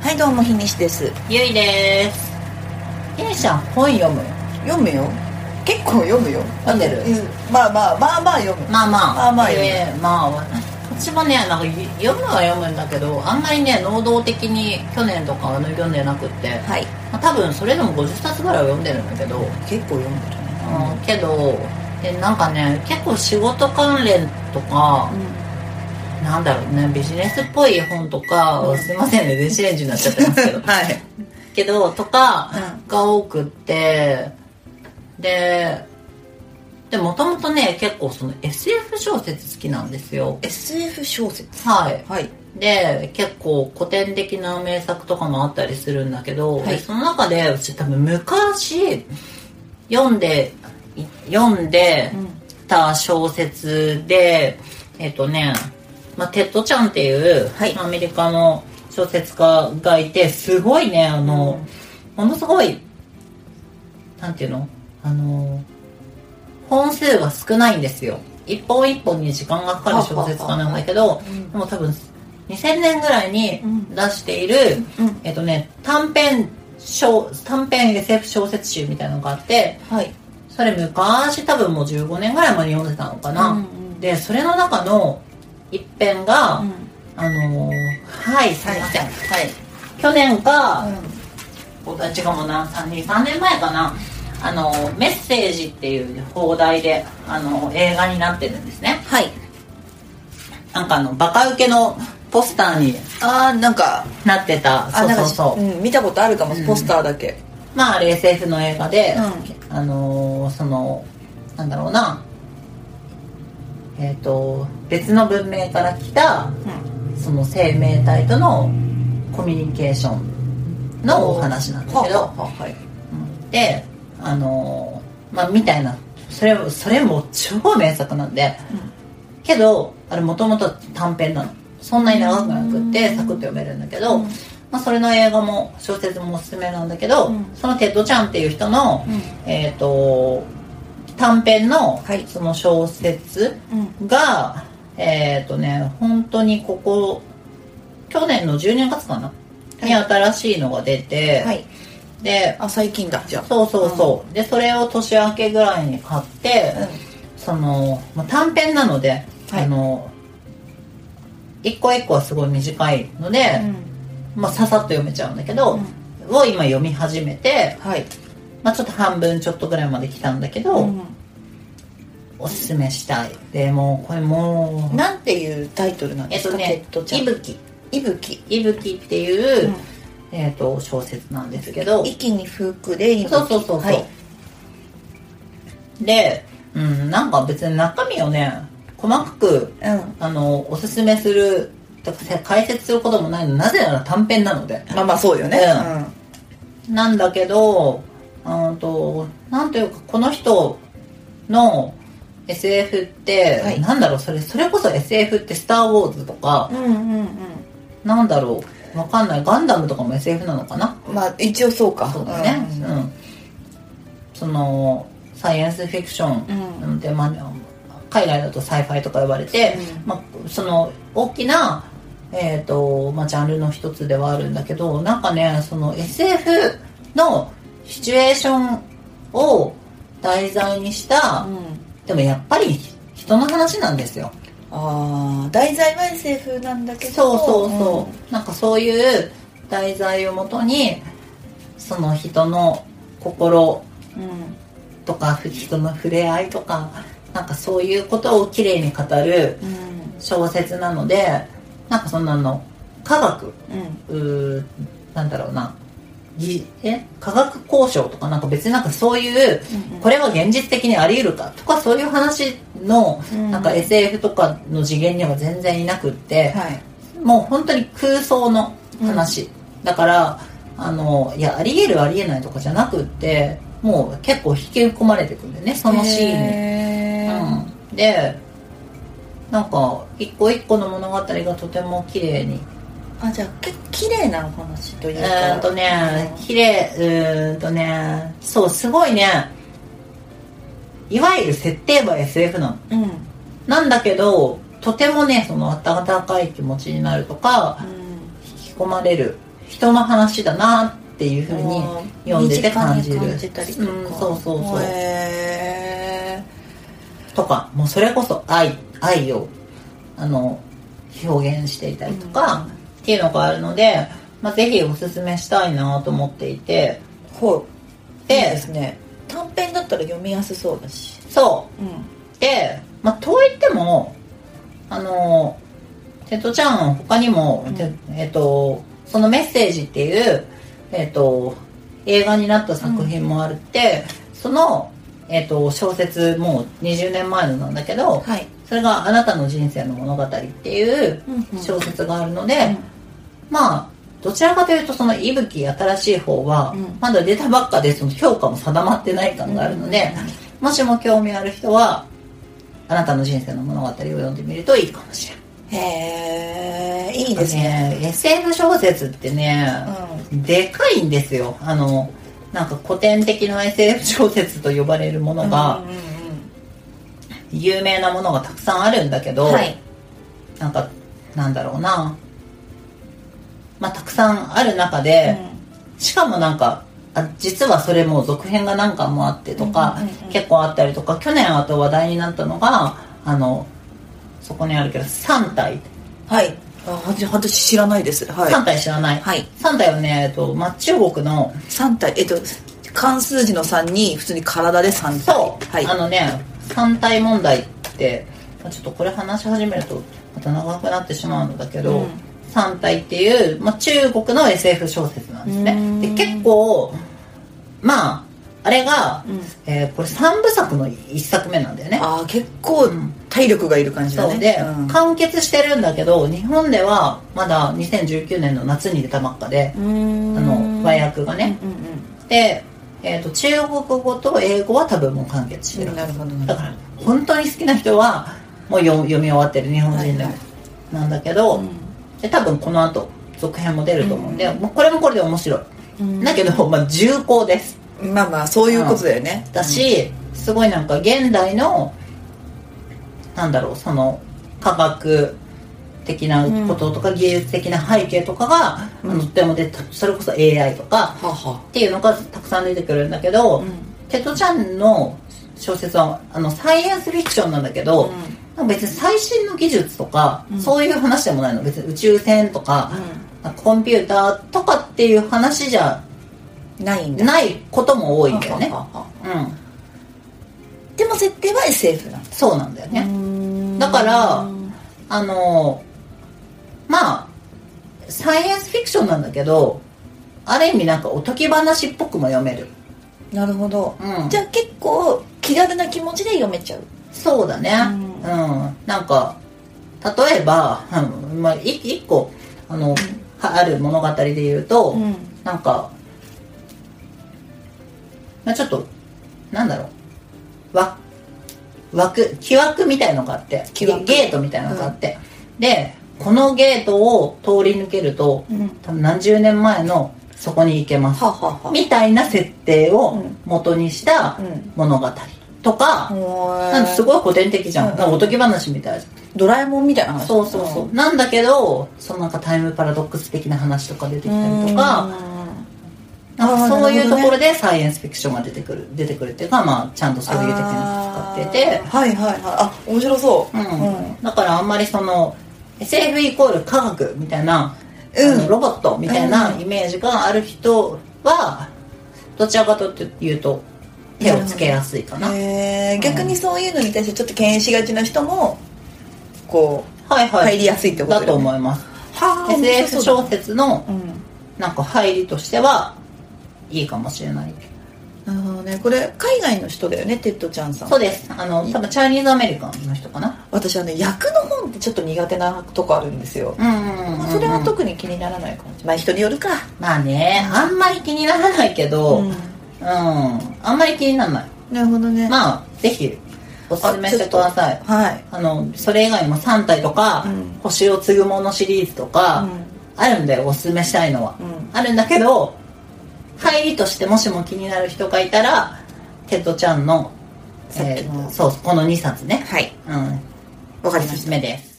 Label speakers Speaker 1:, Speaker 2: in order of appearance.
Speaker 1: はいどうもひにしです
Speaker 2: ゆいです
Speaker 1: ひにしちゃん本読む
Speaker 3: 読むよ結構読むよ
Speaker 1: 読んでる
Speaker 3: うんまあまあまあまあ読む
Speaker 2: まあまあ
Speaker 3: まあまあ
Speaker 2: ええまあ私もねなんか読むは読むんだけどあんまりね能動的に去年とかは読んでなくって、
Speaker 3: はい
Speaker 2: まあ、多分それでも50冊ぐらいは読んでるんだけど、
Speaker 3: 結構読んでるね
Speaker 2: うんけどでなんかね結構仕事関連とか、なんだろうねビジネスっぽい本とか、すいませんね電子レンジになっちゃってますけど
Speaker 3: はい
Speaker 2: けどとか
Speaker 3: う
Speaker 2: が多くって、ででもともとね結構その SF 小説好きなんですよ
Speaker 3: SF 小説
Speaker 2: はい
Speaker 3: はい
Speaker 2: で結構古典的な名作とかもあったりするんだけど、
Speaker 3: はい
Speaker 2: でその中で私多分昔読んでい読んでた小説で、えっとね、まあ、テッドちゃんっていう、
Speaker 3: はい
Speaker 2: アメリカの小説家がいてすごいねあの、ものすごいなんていうのあの本数が少ないんですよ一本一本に時間がかかる小説家なんだけど、でも多分2000年ぐらいに出している、
Speaker 3: うん
Speaker 2: えっとね短編小短編 SF 小説集みたいなのがあって
Speaker 3: はい
Speaker 2: それ昔多分もう15年ぐらい前に読んでたのかな、
Speaker 3: うんうん
Speaker 2: でそれの中の一編が、あのーはいすいません、
Speaker 3: はい
Speaker 2: 去年か、
Speaker 3: うん
Speaker 2: お違うもんな3年3年前かなあの「メッセージ」っていう放題であの映画になってるんですね
Speaker 3: はい
Speaker 2: なんかあのバカウケのポスターに
Speaker 3: あーなんか
Speaker 2: なってた
Speaker 3: あ
Speaker 2: そう
Speaker 3: なん
Speaker 2: そ
Speaker 3: か
Speaker 2: うそう、
Speaker 3: うん見たことあるかもポスターだけ
Speaker 2: まああれ SF の映画で、
Speaker 3: う
Speaker 2: あのーそのなんだろうなえっ、と別の文明から来たその生命体とのコミュニケーションのお話なんだけど、
Speaker 3: はははい
Speaker 2: であのーまあみたいなそれそれも超名作なんで、けどあれもともと短編なのそんなに長くなくってサクッと読めるんだけど、まあ、それの映画も小説もおすすめなんだけど、
Speaker 3: うん
Speaker 2: そのテッドちゃんっていう人の、
Speaker 3: う
Speaker 2: えっ、と短編の、
Speaker 3: はい
Speaker 2: その小説が、えっ、とね本当にここ去年の12月かな、に新しいのが出て、
Speaker 3: はい
Speaker 2: で
Speaker 3: あ最近だじゃあ
Speaker 2: そうそうそう、でそれを年明けぐらいに買って、その、まあ、短編なので、
Speaker 3: はい
Speaker 2: あの一個一個はすごい短いので、まあ、ささっと読めちゃうんだけど、を今読み始めて、
Speaker 3: はい
Speaker 2: まあ、ちょっと半分ちょっとぐらいまで来たんだけど、おすすめしたいでもうこれもう
Speaker 3: なんていうタイトルなん
Speaker 2: え
Speaker 3: で
Speaker 2: っ
Speaker 3: す
Speaker 2: と
Speaker 3: か
Speaker 2: ね
Speaker 3: テッド
Speaker 2: 「
Speaker 3: ちゃん
Speaker 2: いぶき」
Speaker 3: いぶき
Speaker 2: 「いぶき」っていう、
Speaker 3: うん
Speaker 2: えっと小説なんですけど
Speaker 3: 息に吹くでいぶき
Speaker 2: そうそうそうそう、
Speaker 3: はい
Speaker 2: で、うん、なんか別に中身をね細かく
Speaker 3: うん
Speaker 2: あのおすすめするとか解説することもないのなぜなら短編なので
Speaker 3: まあまあそうよね
Speaker 2: うんなんだけどうんとなんというかこの人の SF って、
Speaker 3: はい
Speaker 2: なんだろうそれそれこそ SF って「スター・ウォーズ」とか
Speaker 3: う、んうんうん
Speaker 2: なんだろうわかんないガンダムとかも SF なのかな
Speaker 3: まあ一応そうか
Speaker 2: そうだね、うんそのサイエンスフィクションなので、まあ、海外だとサイファイとか呼ばれて、まあ、その大きな、えーとまあ、ジャンルの一つではあるんだけどなんかねその SF のシチュエーションを題材にした、
Speaker 3: うん
Speaker 2: でもやっぱり人の話なんですよ。
Speaker 3: ああ題材は SF なんだけど
Speaker 2: そうそうそう、なんかそういう題材をもとにその人の心
Speaker 3: うん、うん
Speaker 2: とか人の触れ合いとかなんかそういうことをきれいに語る
Speaker 3: うん
Speaker 2: 小説なのでなんかそんなの科学
Speaker 3: うん
Speaker 2: うーなんだろうなぎえ科学交渉とかなんか別になんかそういう、これは現実的にあり得るかとかそういう話の、
Speaker 3: うん
Speaker 2: なんか SF とかの次元には全然いなくって、
Speaker 3: はい
Speaker 2: もう本当に空想の話、だからあのいやありえるありえないとかじゃなくってもう結構引き込まれてくんだよねそのシーンに、
Speaker 3: へー
Speaker 2: うん、でなんか一個一個の物語がとても綺麗に
Speaker 3: あじゃあけ綺麗なお話という
Speaker 2: う
Speaker 3: か
Speaker 2: ーんとね綺麗うーんとねそうすごいねいわゆる設定は SF なの
Speaker 3: うん
Speaker 2: なんだけどとてもねその温かい気持ちになるとか、
Speaker 3: うん
Speaker 2: 引き込まれる人の話だなっていうふうに読んでて感じ
Speaker 3: 身
Speaker 2: る
Speaker 3: 近に感じたりとか、
Speaker 2: うんそうそうそう
Speaker 3: へ
Speaker 2: とかもうそれこそ愛愛をあの表現していたりとか、っていうのがあるので、まあ、ぜひおすすめしたいなと思っていて
Speaker 3: ーほう
Speaker 2: で
Speaker 3: いいですね短編だったら読みやすそうだし
Speaker 2: そう
Speaker 3: うん
Speaker 2: で、まあ、とはいってもあの瀬戸ちゃん他にも、
Speaker 3: うん
Speaker 2: てえっとその「メッセージ」っていう、えっと、映画になった作品もあるって、その、えっと、小説もう20年前のなんだけど、
Speaker 3: はい、
Speaker 2: それが「あなたの人生の物語」っていう
Speaker 3: うんうん
Speaker 2: 小説があるので、
Speaker 3: ん
Speaker 2: まあどちらかというとその伊吹新しい方は、
Speaker 3: うん
Speaker 2: まだ出たばっかでその評価も定まってない感があるので、もしも興味ある人はあなたの人生の物語を読んでみるといいかもしれない
Speaker 3: へえいい
Speaker 2: で
Speaker 3: です
Speaker 2: す
Speaker 3: ね
Speaker 2: ね SF 小説ってね、でかいんですよあのなんか古典的な SF 小説と呼ばれるも
Speaker 3: う
Speaker 2: の
Speaker 3: ん
Speaker 2: が
Speaker 3: うんうん
Speaker 2: 有名なものがたくさんあるんだけど、
Speaker 3: うんはい
Speaker 2: なんかなんだろうなまあたくさんある中で、しかもなんかあ実はそれも続編が何巻もあってとか、
Speaker 3: うんうんうん
Speaker 2: 結構あったりとか去年あと話題になったのがあのそこにあるけど3体、
Speaker 3: はいあはじ私知らないですはい
Speaker 2: 3体知らない、
Speaker 3: はい
Speaker 2: 3体はね、えっとまあ、中国の
Speaker 3: 3体えっと漢数字の3に普通に体で3体
Speaker 2: そう、
Speaker 3: はい
Speaker 2: あのね3体問題ってまあちょっとこれ話し始めるとまた長くなってしまうのだけど、
Speaker 3: うん
Speaker 2: 3体っていう、まあ、中国の SF 小説なんです
Speaker 3: うーん
Speaker 2: ねで結構まああれが、
Speaker 3: うん
Speaker 2: えーこれ3部作の1作目なんだよね
Speaker 3: ああ結構
Speaker 2: うん
Speaker 3: 体力がいる感じだね
Speaker 2: そうで、
Speaker 3: うん
Speaker 2: 完結してるんだけど日本ではまだ2019年の夏に出たばっかで、あの和訳がね、
Speaker 3: うんうん
Speaker 2: で、えー、と中国語と英語は多分もう完結して
Speaker 3: う
Speaker 2: る
Speaker 3: んなるほど
Speaker 2: だ
Speaker 3: なる
Speaker 2: から本当に好きな人はもう読読み終わってる日本人で
Speaker 3: はい
Speaker 2: も
Speaker 3: は
Speaker 2: なんだけど、で多分この後続編も出ると思うんで、もうこれもこれで面白い、
Speaker 3: ほど
Speaker 2: だけど、まあ、重厚です
Speaker 3: どまあまあそういうことだよね
Speaker 2: だし、すごいなんか現代のなんだろうその科学的なこととか、技術的な背景とかが、あのとってもでそれこそ AI とか
Speaker 3: はは
Speaker 2: っていうのがたくさん出てくるんだけど、
Speaker 3: うん
Speaker 2: テトちゃんの小説はあのサイエンスフィクションなんだけど、なんか別に最新の技術とか、
Speaker 3: うん
Speaker 2: そういう話でもないの別に宇宙船とか、なんかコンピューターとかっていう話じゃ
Speaker 3: うんないんだ
Speaker 2: ないことも多いんだよね
Speaker 3: ははは
Speaker 2: うん
Speaker 3: でも設定は SF なん
Speaker 2: そうなんだよね、
Speaker 3: ね
Speaker 2: だからあのまあサイエンスフィクションなんだけどある意味なんかおとぎ話っぽくも読める、
Speaker 3: なるほど
Speaker 2: うん、
Speaker 3: じゃあ結構気軽な気持ちで読めちゃう
Speaker 2: そうだね
Speaker 3: う
Speaker 2: うん、なんか例えば、うんまあ、い一個あの、はある物語で言うと、
Speaker 3: ん
Speaker 2: なんか、まあ、ちょっとなんだろうわ枠木枠みたいのがあって
Speaker 3: 木枠
Speaker 2: ゲゲートみたいのがあって、でこのゲートを通り抜けると
Speaker 3: うん
Speaker 2: 多分何十年前のそこに行けます
Speaker 3: ははは
Speaker 2: みたいな設定を
Speaker 3: うん
Speaker 2: 元にした
Speaker 3: うん
Speaker 2: 物語とか、なんかすごい古典的じゃん、
Speaker 3: うん
Speaker 2: なんかおとぎ話みたいじ
Speaker 3: ドラえもんみたいな
Speaker 2: ゃん
Speaker 3: 話
Speaker 2: そうそうそう、なんだけどそのなんかタイムパラドックス的な話とか出てきたりとかなんかそういうところでサイエンスフィクションが出てくる出てくるっていうか、まあ、ちゃんとそういうテクニック使ってて
Speaker 3: あーはいはいはいあ面白そう
Speaker 2: う
Speaker 3: うん
Speaker 2: だからあんまりその SF イコール科学みたいな、
Speaker 3: うん
Speaker 2: あのロボットみたいな
Speaker 3: うん
Speaker 2: イメージがある人はどちらかというと手をつけやすいかな、
Speaker 3: へー逆にそういうのに対してちょっと敬遠しがちな人もこ
Speaker 2: はいうはい
Speaker 3: 入りやすいってこと
Speaker 2: だと
Speaker 3: う
Speaker 2: 思います
Speaker 3: はあ
Speaker 2: SF 小説の
Speaker 3: うん
Speaker 2: なんか入りとしてはいいかもしれない
Speaker 3: なるほどねこれ海外の人だよねテッドちゃんさん
Speaker 2: そうですあの多分チャイニーズアメリカンの人かな
Speaker 3: 私あの役の本ってちょっと苦手なとこあるんですよ、
Speaker 2: うんうんうんうん
Speaker 3: まあ、それは特に気にならないかもしれないまあ人によるか
Speaker 2: まあねあんまり気にならないけどうん、あんまり気にならない
Speaker 3: なるほどね
Speaker 2: まあぜひおすすめしてください
Speaker 3: はい
Speaker 2: あのそれ以外にも3体とか、
Speaker 3: うん
Speaker 2: 星を継ぐものシリーズとか、あるんだよおすすめしたいのは、
Speaker 3: うん
Speaker 2: あるんだけど入りとしてもしも気になる人がいたらテッドちゃんの
Speaker 3: さっきの
Speaker 2: えーそうこの2冊ね
Speaker 3: はい
Speaker 2: うん
Speaker 3: わか
Speaker 2: お
Speaker 3: りますし
Speaker 2: す
Speaker 3: た
Speaker 2: めです